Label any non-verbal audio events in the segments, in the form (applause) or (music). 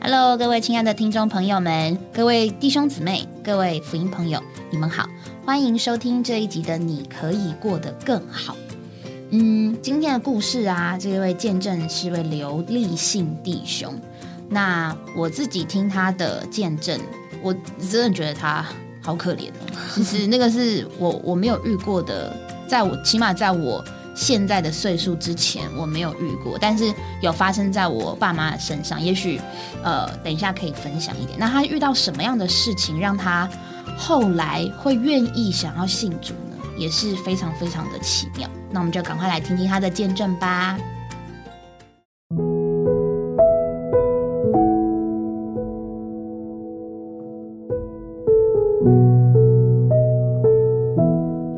Hello，各位亲爱的听众朋友们，各位弟兄姊妹，各位福音朋友，你们好，欢迎收听这一集的《你可以过得更好》。嗯，今天的故事啊，这位见证是位刘立信弟兄。那我自己听他的见证，我真的觉得他好可怜哦。其实那个是我我没有遇过的，在我起码在我现在的岁数之前，我没有遇过，但是有发生在我爸妈身上。也许呃，等一下可以分享一点。那他遇到什么样的事情，让他后来会愿意想要信主呢？也是非常非常的奇妙。那我们就赶快来听听他的见证吧。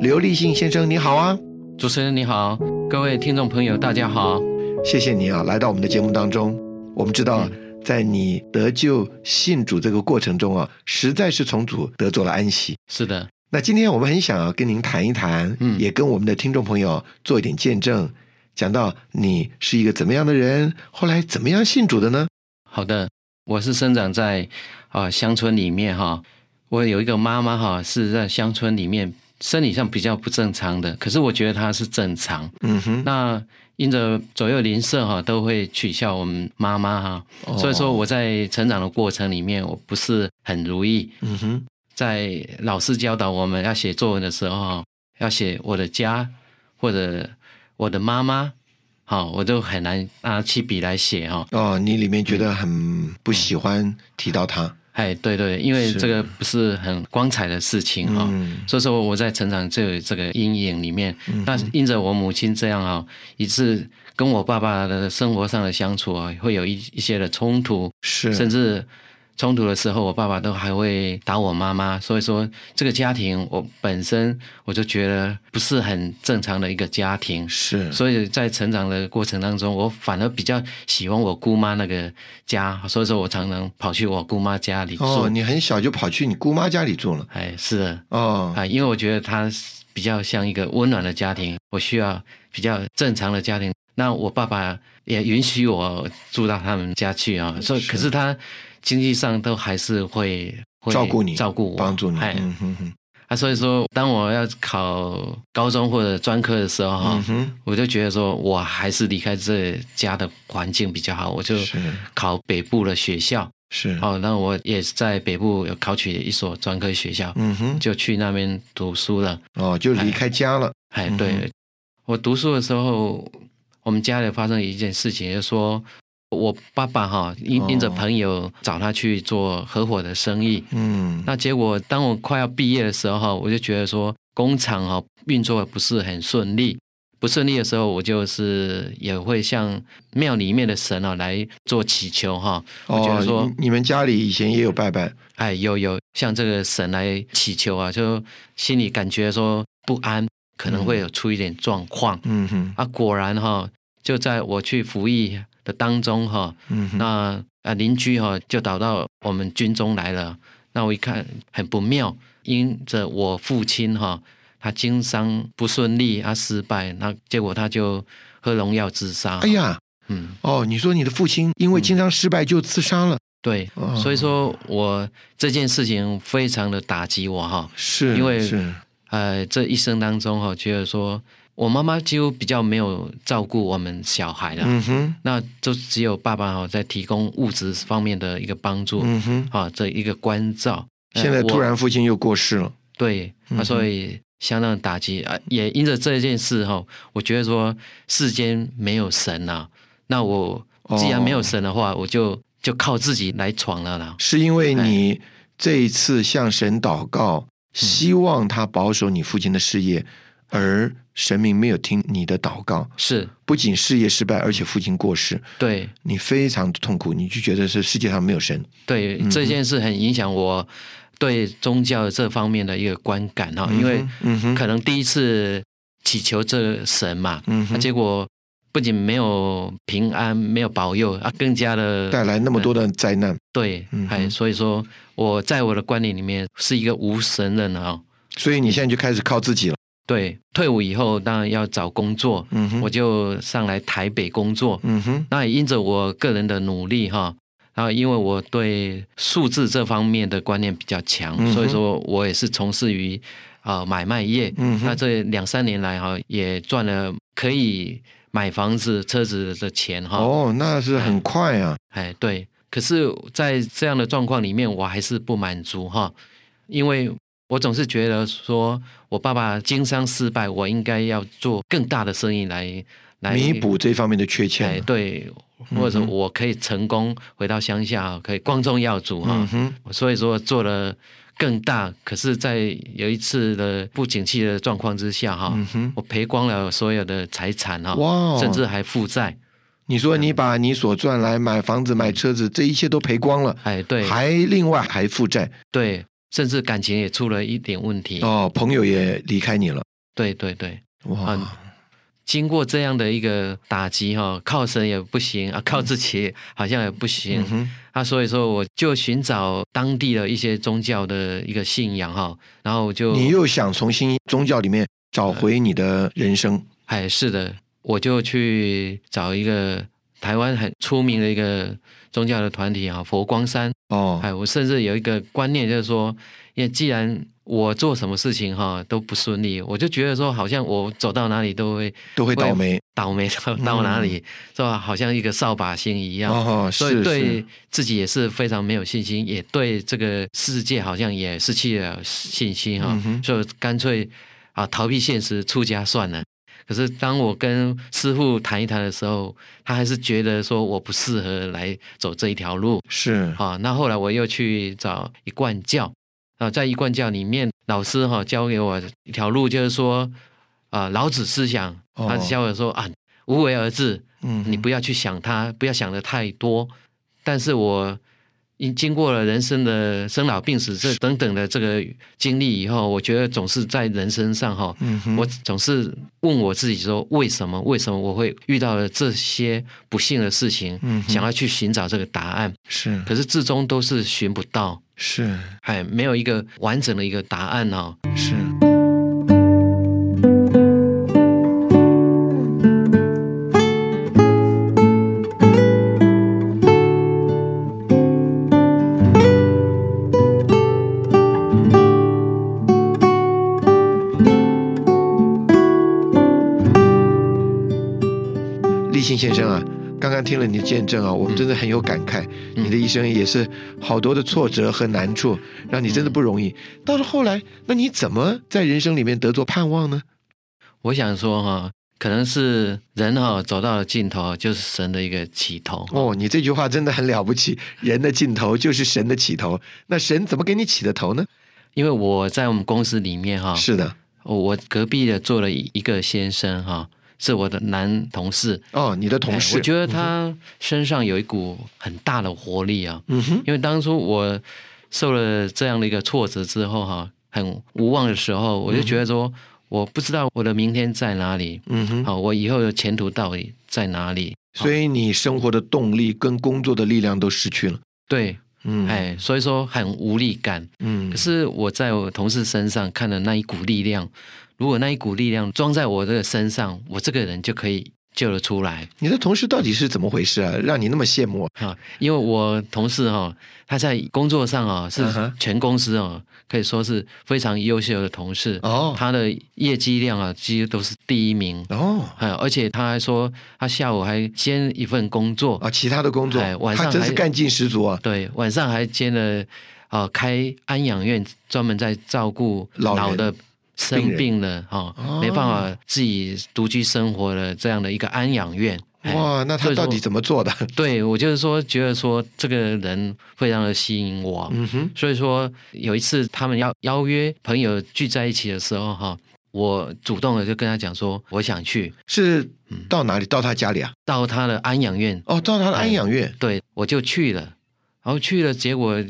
刘立信先生，你好啊！主持人你好，各位听众朋友大家好。谢谢你啊，来到我们的节目当中。我们知道啊，嗯在你得救信主这个过程中啊，实在是从主得着了安息。是的，那今天我们很想啊，跟您谈一谈，嗯也跟我们的听众朋友做一点见证，讲到你是一个怎么样的人，后来怎么样信主的呢？好的，我是生长在啊、乡村里面哈，我有一个妈妈哈是在乡村里面生理上比较不正常的，可是我觉得她是正常。嗯哼，那因着左右邻舍哈都会取笑我们妈妈哈，哦所以说，我在成长的过程里面我不是很如意。嗯哼，在老师教导我们要写作文的时候，要写我的家或者我的妈妈，好，我都很难拿起笔来写哈。哦，你里面觉得很不喜嗯欢提到他，哎，对对，因为是这个不是很光彩的事情哈、嗯所以说我在成长就有这个阴影里面。那因着我母亲这样啊、以致跟我爸爸的生活上的相处啊，会有一一些的冲突，是，甚至冲突的时候，我爸爸都还会打我妈妈。所以说，这个家庭我本身我就觉得不是很正常的一个家庭。是，所以在成长的过程当中，我反而比较喜欢我姑妈那个家，所以说我常常跑去我姑妈家里住。哦，你很小就跑去你姑妈家里住了，哎，是的，哦，啊，因为我觉得她比较像一个温暖的家庭，我需要比较正常的家庭。那我爸爸也允许我住到他们家去啊，所以可是他经济上都还是会会照顾你，照顾我，帮助你，哎，嗯哼哼，啊，所以说当我要考高中或者专科的时候哈、嗯哼，我就觉得说，我还是离开这家的环境比较好，我就是考北部的学校。是，哦，那我也是在北部有考取一所专科学校，嗯哼，就去那边读书了。哦，就离开家了，哎，嗯对，哼我读书的时候，我们家里发生一件事情，就是说我爸爸哈、因因着哦朋友找他去做合伙的生意，嗯，那结果当我快要毕业的时候，我就觉得说工厂哈、运作不是很顺利。不顺利的时候，我就是也会向庙里面的神啊来做祈求哈、我觉得说、哦你你们家里以前也有拜拜，哎，有有向这个神来祈求啊，就心里感觉说不安，可能会有出一点状况、嗯哼，啊。果然哈、就在我去服役的当中哈、嗯哼，那啊邻居哈、就找到我们军中来了。那我一看很不妙，因着我父亲哈、他经商不顺利啊失败，那结果他就喝农药自杀。哎，呀，嗯，哦，你说你的父亲因为经商失败就自杀了，对，哦所以说我这件事情非常的打击我哈、是，因为是，呃，这一生当中哈、觉得说我妈妈几乎比较没有照顾我们小孩了，嗯哼，那就只有爸爸哈、在提供物质方面的一个帮助，嗯哼，啊，这一个关照。呃现在突我然父亲又过世了，对，嗯啊，哼所以相当的打击啊，也因着这件事哈、哦我觉得说世间没有神呐、那我既然没有神的话，我就就靠自己来闯了啦。是因为你哎这一次向神祷嗯告，希望他保守你父亲的事业，而神明没有听你的祷告，是不仅事业失败，而且父亲过世，对，你非常痛苦，你就觉得是世界上没有神。对嗯这哼件事很影响我对宗教这方面的一个观感哈、啊因为嗯哼，可能第一次祈求这个神嘛，嗯那、哼，结果不仅没有平安，没有保佑啊，更加的带来那么多的灾难，对嗯，哎，哼所以说我在我的观念里面是一个无神论啊、所以你现在就开始靠自己了。对，退伍以后当然要找工作，嗯哼我就上来台北工作。嗯哼，那也因着我个人的努力哈、然后因为我对数字这方面的观念比较强，嗯哼所以说我也是从事于啊、买卖业。嗯哼那这两三年来哈、也赚了可以买房子、车子的钱哈、哦，那是很快啊，哎，对。可是，在这样的状况里面，我还是不满足哈，因为我总是觉得说，我爸爸经商失败，我应该要做更大的生意来来弥补这嗯方面的缺哎，欠。对，或者我可以成功回到乡下，可以光宗耀祖哈。嗯哼，所以说做了更大，可是，在有一次的不景气的状况之下哈，嗯哼，我赔光了所有的财产哈，哇哦啊甚至还嗯负债。你说你把你所赚来买房子、买车子，这一切都赔光了，哎，对，还另外还负债对，甚至感情也出了一点问题。哦，朋友也离开你了，对对对，哇嗯！经过这样的一个打击哈、靠神也不行啊，靠自己好像也不行、嗯哼，啊，所以说我就寻找当地的一些宗教的一个信仰哈、然后我就你又想重新宗教里面找回你的人生，哎是的，我就去找一个台湾很出名的一个宗教的团体啊，佛光山哦，哎，我甚至有一个观念，就是说，因为既然我做什么事情哈都不顺利，我就觉得说，好像我走到哪里都会都会倒霉。倒霉到嗯到哪里，是吧？好像一个扫把星一样，哦，所以是对是，自己也是非常没有信心，也对这个世界好像也失去了信心哈、嗯哼所以干脆啊逃避现实，出家算了。可是当我跟师傅谈一谈的时候，他还是觉得说我不适合来走这一条路，是啊，那后来我又去找一贯教啊，在一贯教里面，老师哈、教给我一条路，就是说啊、老子思想，哦他教我说啊，无为而治，嗯哼你不要去想它，不要想的太多。但是我因经过了人生的生老病死这等等的这个经历以后，我觉得总是在人身上哈、嗯哼，我总是问我自己说，为什么？为什么我会遇到了这些不幸的事情？嗯哼想要去寻找这个答案。是可是至终都是寻不到，是哎，没有一个完整的一个答案哦。是，立信先生啊，刚刚听了你的见证啊，我们真的很有感慨。你的一生也是好多的挫折和难处，让你真的不容易。到了后来，那你怎么在人生里面得着盼望呢？我想说哈、可能是人哈、走到了尽头，就是神的一个起头。哦，你这句话真的很了不起，人的尽头就是神的起头。那神怎么给你起的头呢？因为我在我们公司里面哈、是的，我隔壁的做了一个先生哈、是我的男同事，哦，你的同哎事，我觉得他身上有一股很大的活力啊。嗯哼，因为当初我受了这样的一个挫折之后哈、很无望的时候，我就觉得说，我不知道我的明天在哪里，嗯哼，好、我以后的前途到底在哪里？所以你生活的动力跟工作的力量都失去了。对，嗯，，哎，所以说很无力感。嗯，可是我在我同事身上看的那一股力量，如果那一股力量装在我的身上，我这个人就可以救得出来你的同事到底是怎么回事啊？让你那么羡慕？啊！因为我同事哈、哦，他在工作上啊、哦、嗯是哼全公司哦，可以说是非常优秀的同事哦他的业绩量啊几乎都是第一名。哦，哎，而且他还说，他下午还兼一份工作啊，其他的工作，哎晚上他真是还干劲十足啊。对，晚上还兼了啊、呃开安养院，专门在照顾老人老的生病了哈、哦没办法自己独居生活的这样的一个安养院。哎哇，那他到底？所以说怎么做的？对我就是说，觉得说这个人非常的吸引我，嗯哼，所以说有一次他们要邀约朋友聚在一起的时候哈，我主动的就跟他讲说，我想去是嗯到哪里？到他家里啊？到他的安养院哦，到他的安养院。对，我就去了，然后去了，结果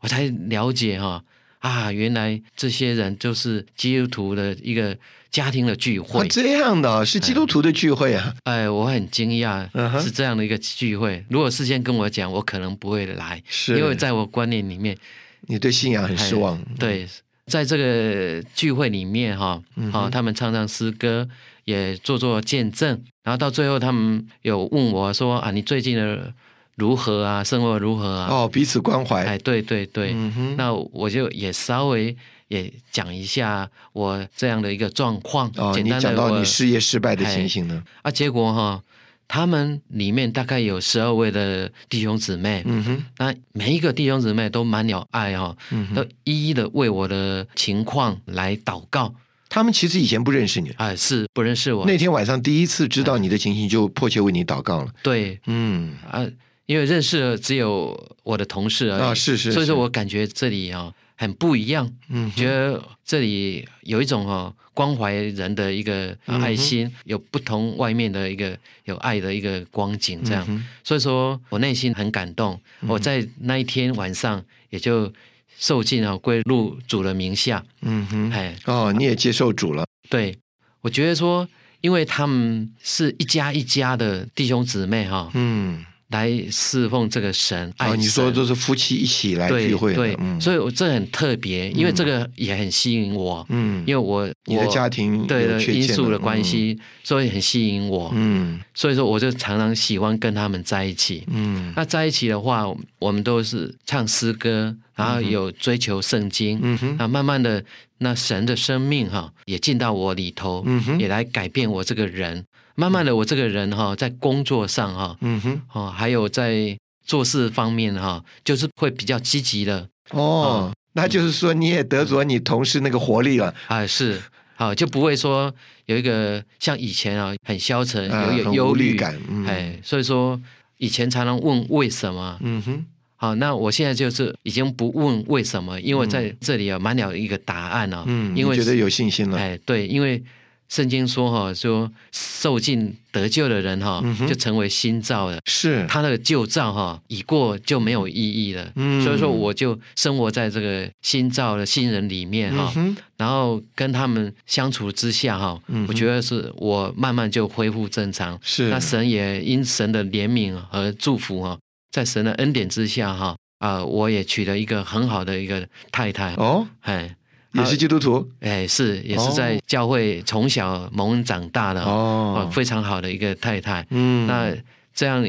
我才了解哈、啊，原来这些人就是基督徒的一个家庭的聚哦，会。嗯这样的啊是基督徒的聚会啊。哎，我很惊讶嗯哼是这样的一个聚会。如果事先跟我讲，我可能不会来，是因为在我观念里面，你对信仰很失望嗯哎。对，在这个聚会里面哈、啊，嗯哼他们唱唱诗歌，也做做见证，然后到最后他们有问我说啊，你最近的如何啊，生活如何啊。哦，彼此关怀。哎，对对对，嗯哼那我就也稍微也讲一下我这样的一个状况，哦，简你单讲的到我你事业失败的哎情形呢？啊，结果哈、他们里面大概有十二位的弟兄姊妹，嗯哼，那每一个弟兄姊妹都满了爱哈、嗯哼都一一的为我的情况来祷告，他们其实以前不认识你，啊、是不认识我，那天晚上第一次知道你的情形，就迫切为你祷告了。对嗯，啊，因为认识的只有我的同事而已，啊，是是，所以是说我感觉这里啊、很不一样，嗯哼觉得这里有一种哦关怀人的一个嗯哼爱心，有不同外面的一个有爱的一个光景这样，嗯哼嗯所以说我内心很感动。我在那一天晚上也就受尽了归入主的名下，嗯哼，哎，哦，你也接受主了，对我觉得说，因为他们是一家一家的弟兄姊妹哈、嗯，来侍奉这个神，爱哦，神。你说都是夫妻一起来对聚会的，对，嗯，所以，以我这很特别，因为这个也很吸引我，嗯，因为我你的我家庭对有的缺因陷素了的关系，所以很吸引我，嗯所以说我就常常喜欢跟他们在一起。嗯那在一起的话，我们都是唱诗歌，然后有追求圣经，嗯哼那慢慢的，那神的生命哈、也进到我里头，嗯哼也来改变我这个人。慢慢的，我这个人哈、在工作上哈、嗯哼，哦，还有在做事方面哈、就是会比较积极的哦啊，那就是说你也得着你同事那个活力了，啊、是啊、就不会说有一个像以前啊很消沉，啊有很一个无忧力虑感嗯哎，所以说以前常常问为什么，嗯哼，好、那我现在就是已经不问为什么，因为嗯在这里啊满了一个答案啊，嗯，你因为觉得有信心了，哎，对，因为圣经说哈、说受尽得救的人哈、嗯哼就成为新造的。是，他的旧造哈、已过就没有意义了，嗯所以说我就生活在这个新造的新人里面哈、嗯哼，然后跟他们相处之下哈、嗯哼我觉得是我慢慢就恢复正常。是，那神也因神的怜悯和祝福哈、在神的恩典之下哈、啊、我也娶了一个很好的一个太太，哦，哎也是基督徒，哎是也是哦在教会从小蒙恩长大的哦，啊非常好的一个太太。嗯，那这样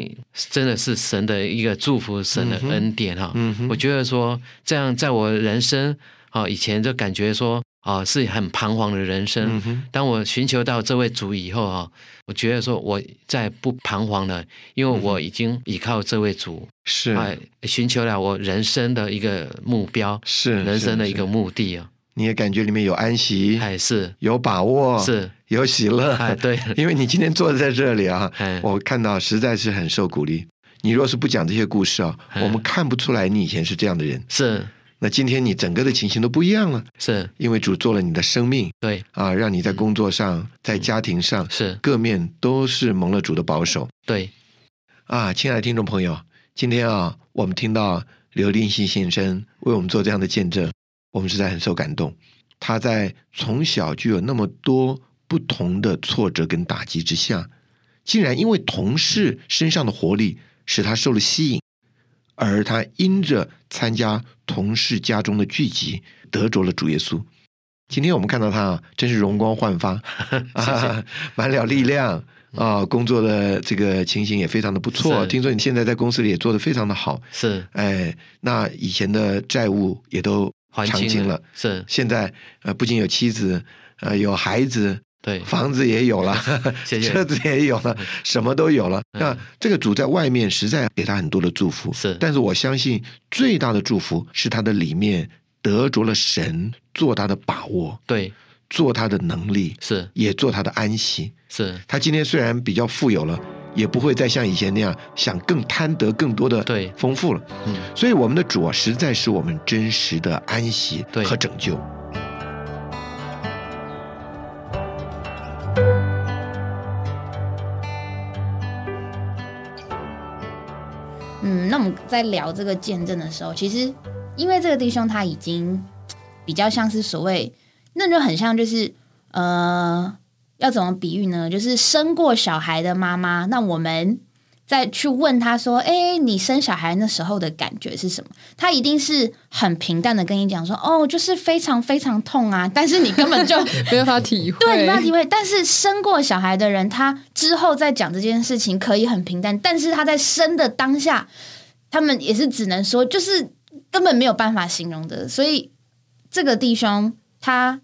真的是神的一个祝福，神的嗯哼恩典哈、嗯哼我觉得说这样，在我人生啊、以前就感觉说啊、是很彷徨的人生嗯。哼，当我寻求到这位主以后啊、我觉得说我再不彷徨了，因为我已经依靠这位主，嗯是哎，寻求了我人生的一个目标，是人是生的是一个目的啊。你也感觉里面有安息，哎，是有把握， (laughs) 是，有喜乐，哎，对， (laughs) 因为你今天坐在这里啊哎，我看到实在是很受鼓励。你若是不讲这些故事啊，哎我们看不出来你以前是这样的人。是那今天你整个的情形都不一样了，是，因为主做了你的生命对，啊，让你在工作上、在家庭上是各面都是蒙了主的保守对，啊！亲爱的听众朋友，今天啊，我们听到刘定熙先生为我们做这样的见证，我们实在很受感动。他在从小就有那么多不同的挫折跟打击之下，竟然因为同事身上的活力使他受了吸引，而他因着参加同事家中的聚集，得着了主耶稣。今天我们看到他啊，真是容光焕发， (laughs) 啊， (laughs) 满了力量啊，工作的这个情形也非常的不错。嗯是听说你现在在公司里也做得非常的好，是哎，那以前的债务也都还偿清清了，，是现在呃不仅有妻子，呃有孩子，对，房子也有了， (laughs) 谢谢车子也有了，什么都有了。嗯那这个主在外面实在给他很多的祝福，是但是我相信最大的祝福是他的里面得着了神，做他的把握，对，做他的能力，是也做他的安息。是，他今天虽然比较富有了，也不会再像以前那样想更贪得更多的对丰富了。嗯，所以我们的主啊，实在是我们真实的安息对和拯救。嗯，那我们在聊这个见证的时候，其实因为这个弟兄他已经比较像是所谓，那就很像就是呃，要怎么比喻呢？就是生过小孩的妈妈，那我们再去问他说：“哎，你生小孩那时候的感觉是什么？”他一定是很平淡的跟你讲说：“哦，就是非常非常痛啊！”但是你根本就没办法体会，对，没有体会。但是生过小孩的人，他之后再讲这件事情可以很平淡，但是他在生的当下，他们也是只能说，就是根本没有办法形容的。所以这个弟兄他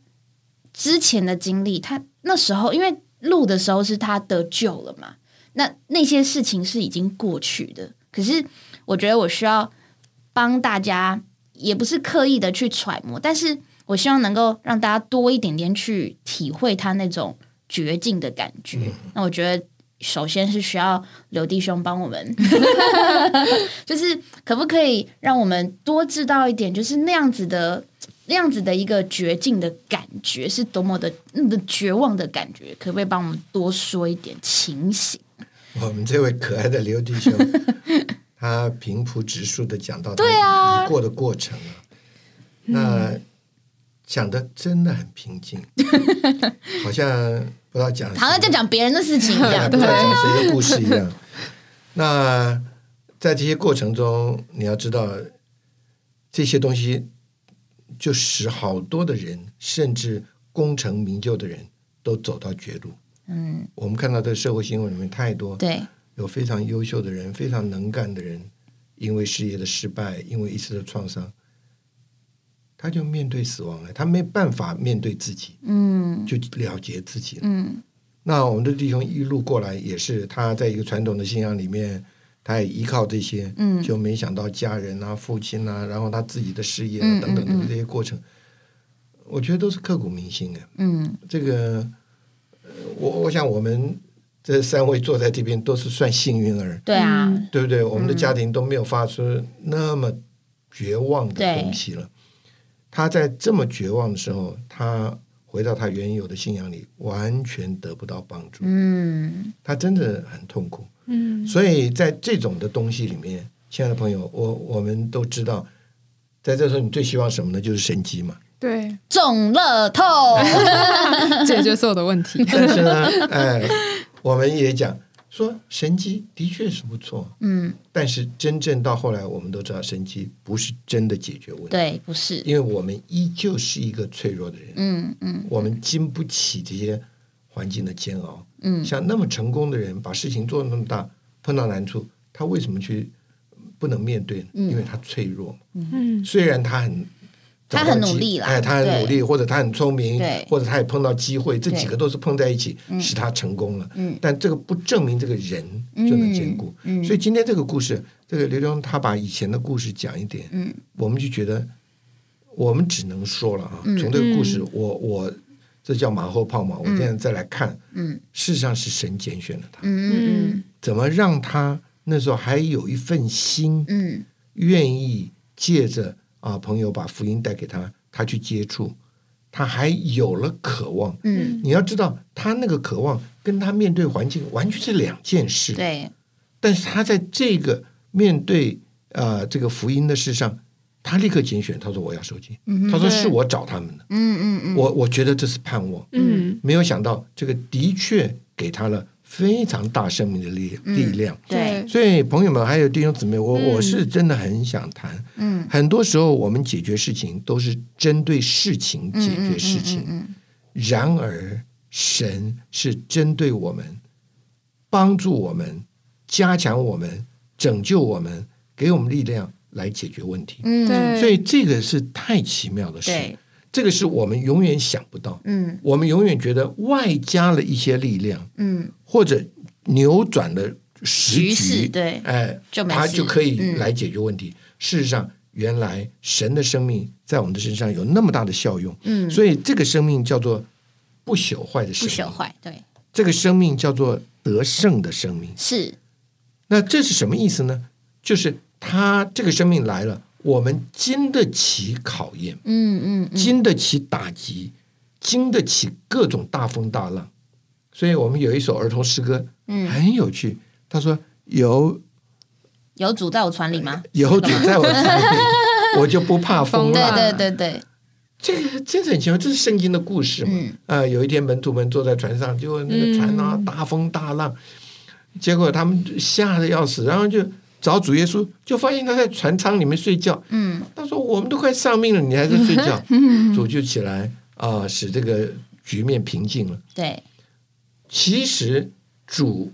之前的经历，他那时候因为录的时候是他得救了嘛，那那些事情是已经过去的。可是我觉得我需要帮大家，也不是刻意的去揣摩，但是我希望能够让大家多一点点去体会他那种绝境的感觉。那我觉得。首先是需要刘弟兄帮我们， (laughs) 就是可不可以让我们多知道一点，就是那样子的那样子的一个绝境的感觉是多么的那个绝望的感觉，可不可以帮我们多说一点情形？我们这位可爱的刘弟兄，他平铺直述的讲到他对啊已过的过程啊，那讲的真的很 (laughs) 平静，好像不知道讲什么好像在讲别人的事情一样，不知道讲谁的故事一样。那在这些过程中，你要知道这些东西，就使好多的人，甚至功成名就的人都走到绝路。嗯，我们看到在社会新闻里面太多， (laughs) 对，有非常优秀的人，非常能干的人，因为事业的失败，因为一次的创伤，他就面对死亡了，他没办法面对自己，嗯就了结自己了。嗯那我们的弟兄一路过来，也是他在一个传统的信仰里面，他也依靠这些，嗯就没想到家人啊、父亲啊，然后他自己的事业、嗯啊、嗯等等嗯的这些过程，我觉得都是刻骨铭心的。啊嗯，这个，呃我我想我们这三位坐在这边都是算幸运儿，对啊，嗯对不对？我们的家庭都没有发出那么绝望的东西了。他在这么绝望的时候，他回到他原有的信仰里，完全得不到帮助。嗯他真的很痛苦。嗯，所以在这种的东西里面，亲爱的朋友，我我们都知道，在这时候你最希望什么呢？就是神机嘛。对，中乐透，解决所有的问题，但是呢， (laughs) 哎，我们也讲说神机的确是不错，嗯，但是真正到后来，我们都知道神机不是真的解决问题，对，不是，因为我们依旧是一个脆弱的人，嗯嗯我们经不起这些环境的煎熬。嗯，像那么成功的人，把事情做得那么大，碰到难处，他为什么去不能面对呢？嗯因为他脆弱。嗯虽然他很，他很努力啦哎，他很对努力，或者他很聪明对，或者他也碰到机会，这对几个都是碰在一起嗯使他成功了。嗯但这个不证明这个人就能坚固。嗯嗯所以今天这个故事，这个刘墉他把以前的故事讲一点，嗯我们就觉得，我们只能说了啊，嗯从这个故事，我我这叫马后炮嘛，我嗯现在再来看，嗯事实上是神拣选了他，嗯怎么让他那时候还有一份心，嗯愿意借着啊朋友把福音带给他，他去接触，他还有了渴望。嗯，你要知道，他那个渴望跟他面对环境完全是两件事。对，但是他在这个面对呃这个福音的事上，他立刻拣选，他说我要受尽，嗯他哼说对是我找他们的，嗯嗯嗯，我我觉得这是盼望。嗯没有想到这个的确给他了非常大生命的力嗯力量。对，所以朋友们还有弟兄姊妹，我嗯我是真的很想谈，嗯，很多时候我们解决事情都是针对事情嗯解决事情，嗯然而，神是针对我们，帮助我们，加强我们，拯救我们，给我们力量来解决问题。嗯，嗯对所以这个是太奇妙的事对，，这个是我们永远想不到，嗯我们永远觉得外加了一些力量，嗯，或者扭转了时局局，势对哎，就没他事就可以嗯来解决问题。事实上，原来神的生命在我们的身上有那么大的效用，嗯所以这个生命叫做不朽坏的不生朽命，坏，对，这个生命叫做得胜的生命。是，那这是什么意思呢？就是他这个生命来了，我们经得起考验，嗯嗯嗯，经得起打击，经得起各种大风大浪。所以我们有一首儿童诗歌，嗯很有趣。他说：“有有主在我船里吗？有主在我船里，我就不 (laughs) 怕风浪。风对浪对对对，这个真是很奇妙，这是圣经的故事嘛。呃嗯啊、有一天门徒们坐在船上，结果那个船啊、嗯大风大浪，结果他们吓得要死，然后就找主耶稣，就发现他在船舱里面睡觉。嗯他说：“我们都快丧命了，你还在睡 (laughs) 觉。”主就起来啊、使这个局面平静了。对，其实主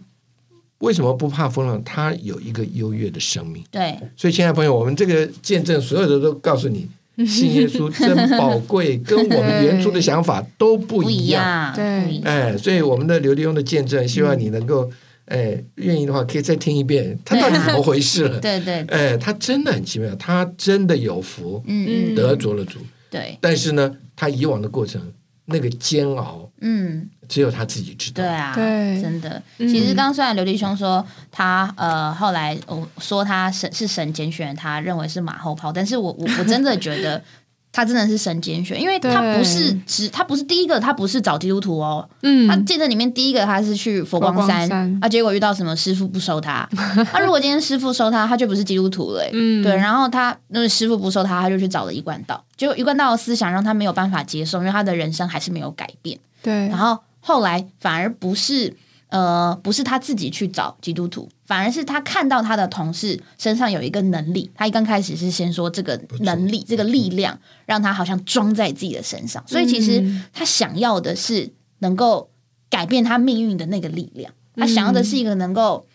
为什么不怕风浪？他有一个优越的生命。对，所以，亲爱的朋友，我们这个见证，所有的都告 (laughs) 诉你，信耶稣真宝贵，跟我们原初的想法都不不一一样。样，对不一样哎，所以我们的刘立庸的见证，希望你能够，哎，愿意的话可以再听一遍，他到底怎么回事 (laughs) 了？对对，哎，他真的很奇妙，他真的有福，嗯嗯，得着了主。对，但是呢，他以往的过程那个煎熬，嗯。只有他自己知道。对啊，对真的。嗯其实刚虽然刘弟兄说他呃后来我说他神是神拣选他，认为是马后炮，但是我我我真的觉 (laughs) 得他真的是神拣选，因为他对不是只他不是第一个，他不是找基督徒哦，他嗯，见证里面第一个他是去佛光佛光山，山啊，结果遇到什么师傅不收他，那、如果今天师傅收他，他就不是基督徒了、欸，嗯对，然后他那个师傅不收他，他就去找了一贯道，结果一贯道的思想让他没有办法接受，因为他的人生还是没有改变。对然，后后来反而不是呃，不是他自己去找基督徒，反而是他看到他的同事身上有一个能力，他一刚开始是先说这个能力、这个力量，让他好像装在自己的身上，所以其实嗯他想要的是能够改变他命运的那个力量，他想要的是一个能够。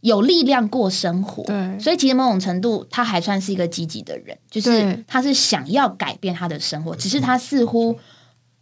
有力量过生活，对所以其实某种程度他还算是一个积极的人，就是对嗯他是想要改变他的生活，只是他似乎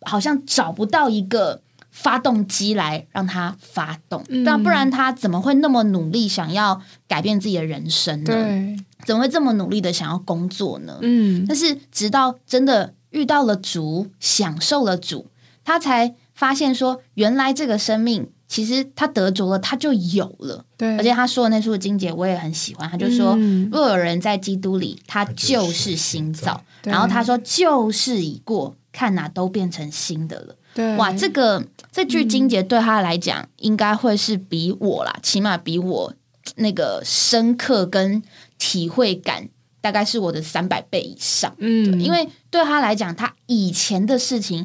好像找不到一个发动机来让他发动，嗯那、不然他怎么会那么努力想要改变自己的人生呢？对，怎么会这么努力的想要工作呢？嗯，但是直到真的遇到了主，享受了主，他才发现说，原来这个生命其实他得着了，他就有了。对，而且他说的那处经节我也很喜欢，他就说，嗯若有人在基督里，他就就是是新新造造。对然后他说，旧事已过，看哪、都变成新的了。对，哇，这个这句经节对他来讲，应该会是比我嗯啦，起码比我那个深刻跟体会感，大概是我的三百倍以上。嗯，因为对他来讲，他以前的事情，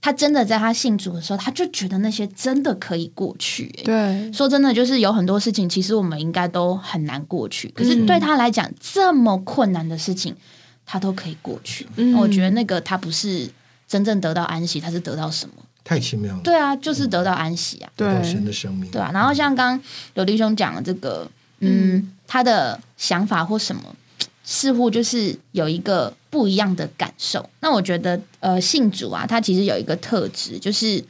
他真的在他信主的时候，他就觉得那些真的可以过去、欸。对，说真的，就是有很多事情，其实我们应该都很难过去。可是对他来讲，这么困难的事情，他都可以过去。嗯我觉得那个他不是真正得到安息，他是得到什么？太奇妙了，对啊，就是得到安息啊，得到对神的生命，对啊。然后像刚刘弟兄讲的这个，嗯，他的想法或什么，似乎就是有一个不一样的感受。那我觉得，呃，信主啊，他其实有一个特质，就是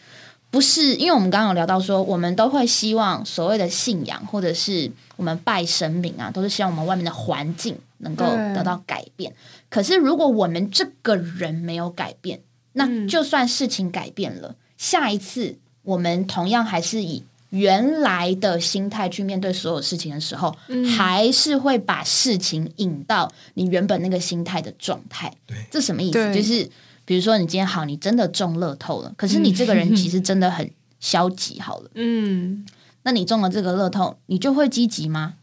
不是因为我们刚刚有聊到说，我们都会希望所谓的信仰或者是我们拜神明啊，都是希望我们外面的环境能够对得到改变。可是如果我们这个人没有改变，那嗯就算事情改变了，下一次我们同样还是以原来的心态去面对所有事情的时候，还是会把事情引到你原本那个心态的状态。对这什么意思？对就是比如说你今天好，你真的中乐透了，可是你这个人其实真的很消极。好了，嗯，那你中了这个乐透，你就会积极吗？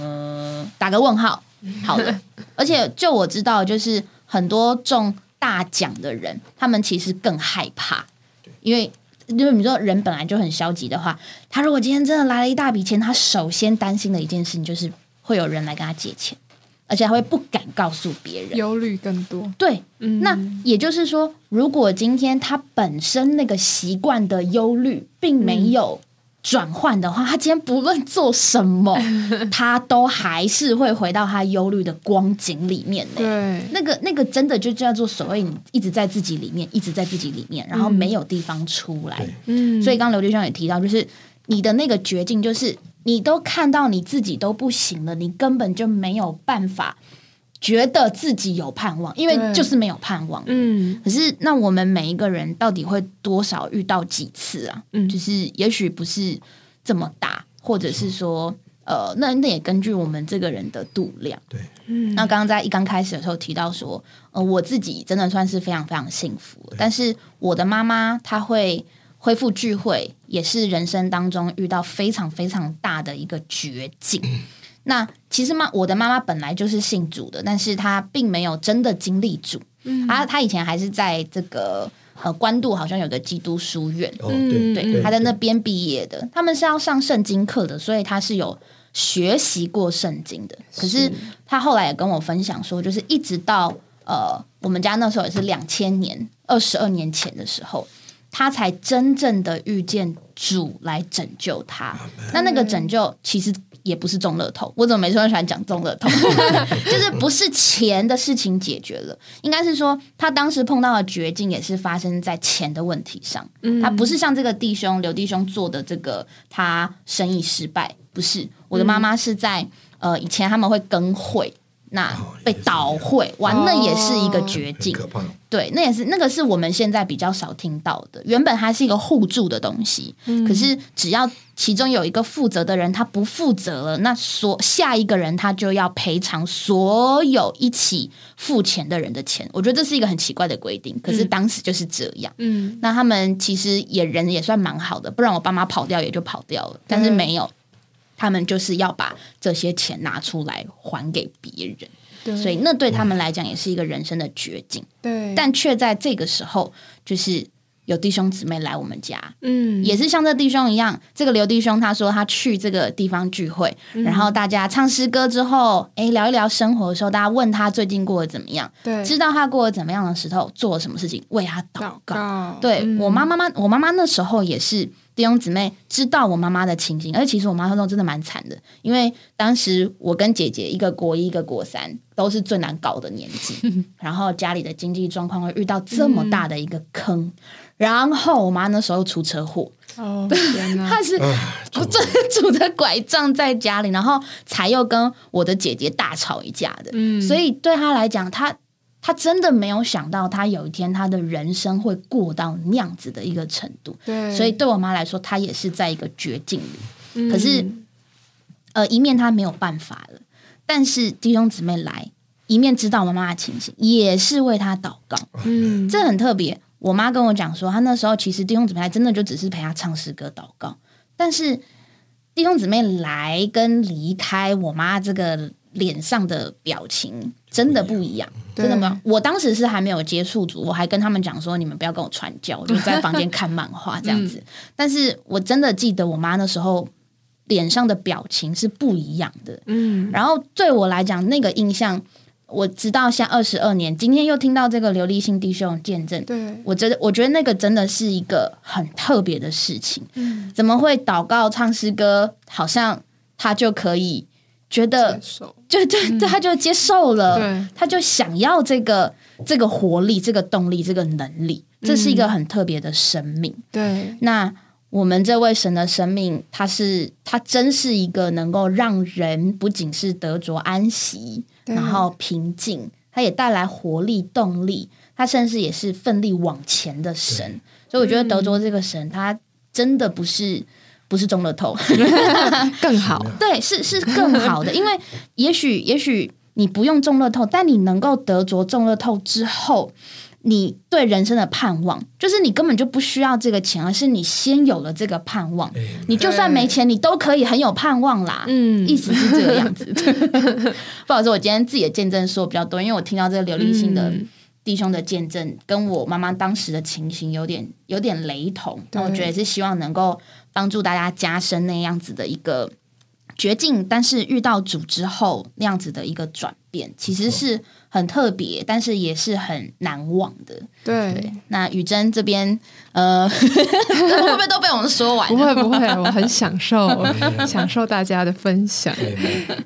嗯，打个问号。好了，而且就我知道，就是很多中大奖的人，他们其实更害怕，因为因为你说人本来就很消极的话，他如果今天真的来了一大笔钱，他首先担心的一件事情就是会有人来跟他借钱，而且他会不敢告诉别人。忧虑更多，对，嗯，那也就是说，如果今天他本身那个习惯的忧虑并没有转换的话，他今天不论做什 (laughs) 么，他都还是会回到他忧虑的光景里面呢。对，那个那个真的就叫做所谓你一直在自己里面，一直在自己里面，然后没有地方出来。对嗯，所以刚刚刘弟兄也提到，就是你的那个绝境，就是你都看到你自己都不行了，你根本就没有办法觉得自己有盼望，因为对就是没有盼望。嗯，可是，那我们每一个人到底会多少遇到几次啊？嗯就是也许不是这么大，或者是说，呃，那那也根据我们这个人的度量。对，嗯，那刚刚在一刚开始的时候提到说，呃，我自己真的算是非常非常幸福，但是我的妈妈她会恢复嗯聚会，也是人生当中遇到非常非常大的一个绝境。那其实妈，我的妈妈本来就是信主的，但是她并没有真的经历主。啊嗯她她以前还是在这个呃关渡，好像有个基督书院，哦，对嗯对，对她在那边毕业的。他们是要上圣经课的，所以她是有学习过圣经的。可是她后来也跟我分享说，就是一直到呃我们家那时候也是两千年，二十二年前的时候。她才真正的遇见主来拯救她。那那个拯救其实也不是中乐透，我怎么每次都喜欢讲中乐透？ (laughs) 就是不是钱的事情解决了，应该是说他当时碰到的绝境也是发生在钱的问题上。他不是像这个弟兄刘弟兄做的这个他生意失败，不是我的妈妈是在、呃以前他们会更会。那哦被也是一样倒会，完那也是一个哦绝很境，可怕。对，那也是那个是我们现在比较少听到的。原本它是一个互助的东西，可是只要其中有一个负责的人他不负责了，那所下一个人他就要赔偿所有一起付钱的人的钱。我觉得这是一个很奇怪的规定，可是当时就是这样。嗯，那他们其实也人也算蛮好的，不然我爸妈跑掉也就跑掉了，但是嗯没有，他们就是要把这些钱拿出来还给别人，对，所以那对他们来讲也是一个人生的绝境。对，但却在这个时候，就是有弟兄姊妹来我们家，嗯也是像这弟兄一样，这个刘弟兄他说他去这个地方聚会，嗯然后大家唱诗歌之后，哎，聊一聊生活的时候，大家问他最近过得怎么样，对知道他过得怎么样的时候，做了什么事情，为他祷祷告。告，对、嗯我妈妈妈，我妈妈那时候也是弟兄姊妹知道我妈妈的情形，而且其实我妈那时候真的蛮惨的，因为当时我跟姐姐一个国一，一个国三，都是最难搞的年纪，然后家里的经济状况会遇到这么大的一个坑，然后我妈那时候出车祸，哦，天哪，她是啊，我 (laughs) 真的拄着拐杖在家里，然后才又跟我的姐姐大吵一架的。嗯所以对他来讲，他他真的没有想到，他有一天他的人生会过到那样子的一个程度。对，所以对我妈来说，她也是在一个绝境里。嗯可是呃，一面她没有办法了，但是弟兄姊妹来，一面知道妈妈的情形，也是为她祷告。嗯，这很特别。我妈跟我讲说，她那时候其实弟兄姊妹来真的就只是陪她唱诗歌、祷告，但是弟兄姊妹来跟离开，我妈这个脸上的表情真的不一样，对真的吗？我当时是还没有接触组，我还跟他们讲说，你们不要跟我传教， (laughs) 我就在房间看漫画这样子。嗯但是我真的记得我妈那时候脸上的表情是不一样的，嗯然后对我来讲，那个印象，我直到像二十二年，今天又听到这个刘立信弟兄的见证，对，我觉得我觉得那个真的是一个很特别的事情。嗯，怎么会祷告唱诗歌，好像他就可以觉得接受嗯就就他就接受了，对他就想要这个这个活力、这个动力、这个能力，这是一个嗯很特别的生命。 (laughs) 对，那我们这位神的生命，他是他真是一个能够让人不仅是得着安息，对然后平静，他也带来活力、动力，他甚至也是奋力往前的神。所以我觉得德嗯州这个神，他真的不是不是中了 (laughs) 头，更好，对，是是更好的，因为也许也许你不用中乐透，但你能够得着中乐透之后，你对人生的盼望，就是你根本就不需要这个钱，而是你先有了这个盼望， 네.你就算没钱，你都可以很有盼望啦。嗯意思是这个样子。 (laughs) 不好意思，我今天自己的见证说比较多，因为我听到这个刘立信的嗯弟兄的见证，跟我妈妈当时的情形有点有点雷同。那我对觉得也是希望能够帮助大家加深那样子的一个绝境，但是遇到主之后那样子的一个转变，其实是很特别，但是也是很难忘的。对，那雨珍这边，呃，会不会都被我们说完啊不了？(laughs) 会不会，我很享受享受大家的分享。对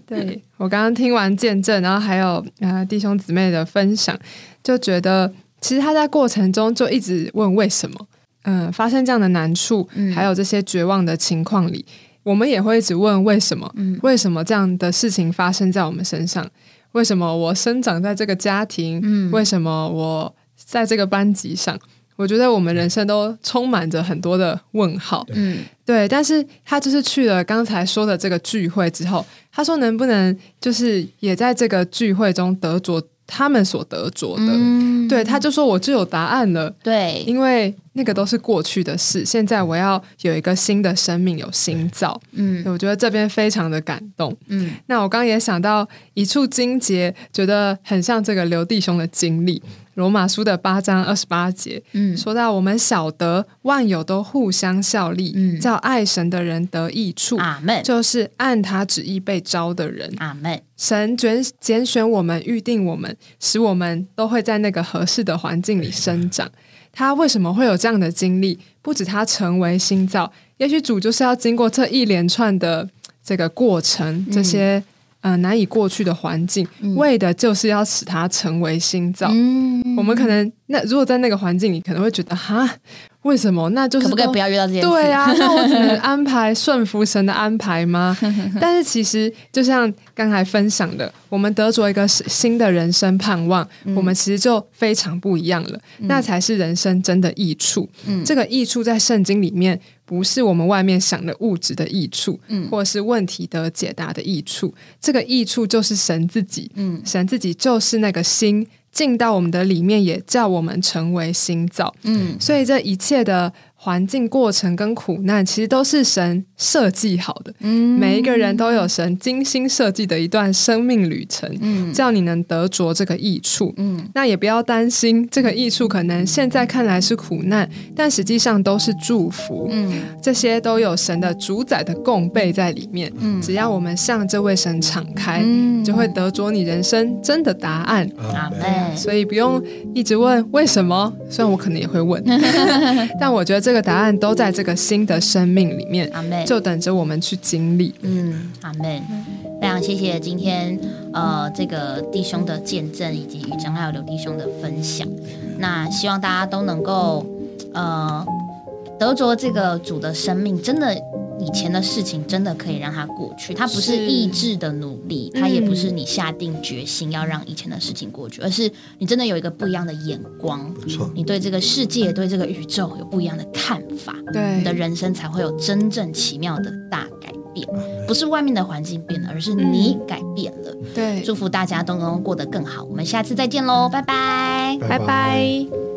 对对我刚刚听完见证，然后还有呃弟兄姊妹的分享，就觉得其实他在过程中就一直问为什么，嗯、发生这样的难处，嗯还有这些绝望的情况里，我们也会一直问为什么，嗯为什么这样的事情发生在我们身上？为什么我生长在这个家庭？嗯为什么我在这个班级上？我觉得我们人生都充满着很多的问号。嗯，对，但是他就是去了刚才说的这个聚会之后，他说能不能就是也在这个聚会中得着他们所得着的。嗯对，他就说我就有答案了，对，因为那个都是过去的事，现在我要有一个新的生命，有新造。嗯我觉得这边非常的感动。嗯那我刚刚也想到一处经节，觉得很像这个刘弟兄的经历，《罗马书》的八章二十八节。嗯，说到我们晓得万有都互相效力，嗯啊叫爱神的人得益处，阿门，就是按他旨意被招的人。阿门，神拣拣选我们，预定我们，使我们都会在那个合适的环境里生长。他为什么会有这样的经历？不止他成为新造，也许主就是要经过这一连串的嘖这个过程，嗯这些呃难以过去的环境，为的就是要使他成为新造。嗯，我们可能那如果在那个环境里，可能会觉得哈，为什么？那就是可不可以都不要遇到这件事？(laughs) 对，啊，那我只能安排顺服神的安排吗？但是其实就像刚才分享的，我们得着一个新的人生盼望，嗯我们其实就非常不一样了。那才是人生真的益处。嗯这个益处在圣经里面不是我们外面想的物质的益处，嗯或是问题的解答的益处。这个益处就是神自己，嗯神自己就是那个心。进到我们的里面，也叫我们成为新造。嗯所以这一切的环境、过程跟苦难，其实都是神设计好的。嗯每一个人都有神精心设计的一段生命旅程，嗯叫你能得着这个益处。嗯那也不要担心，这个益处可能现在看来是苦难，但实际上都是祝福。嗯这些都有神的主宰的供备在里面。嗯只要我们向这位神敞开，嗯就会得着你人生真的答案。 아,阿 네.门，所以不用一直问为什么，虽然我可能也会问，但我觉得这个答案都在这个新的生命里面，阿门，就等着我们去经历。嗯，阿门。非常谢谢今天呃这个弟兄的见证，以及于真还有刘弟兄的分享。那希望大家都能够呃得着这个主的生命，真的。以前的事情真的可以让它过去，它不是是嗯意志的努力，它也不是你下定决心要让以前的事情过去，而是你真的有一个不一样的眼光，不错，你对这个世界、对这个宇宙有不一样的看法。你的对，人生才会有真正奇妙的大改变，不是外面的环境变了，而是你改变了。对，祝福大家都能够过得更好，我们下次再见喽，拜拜。拜拜。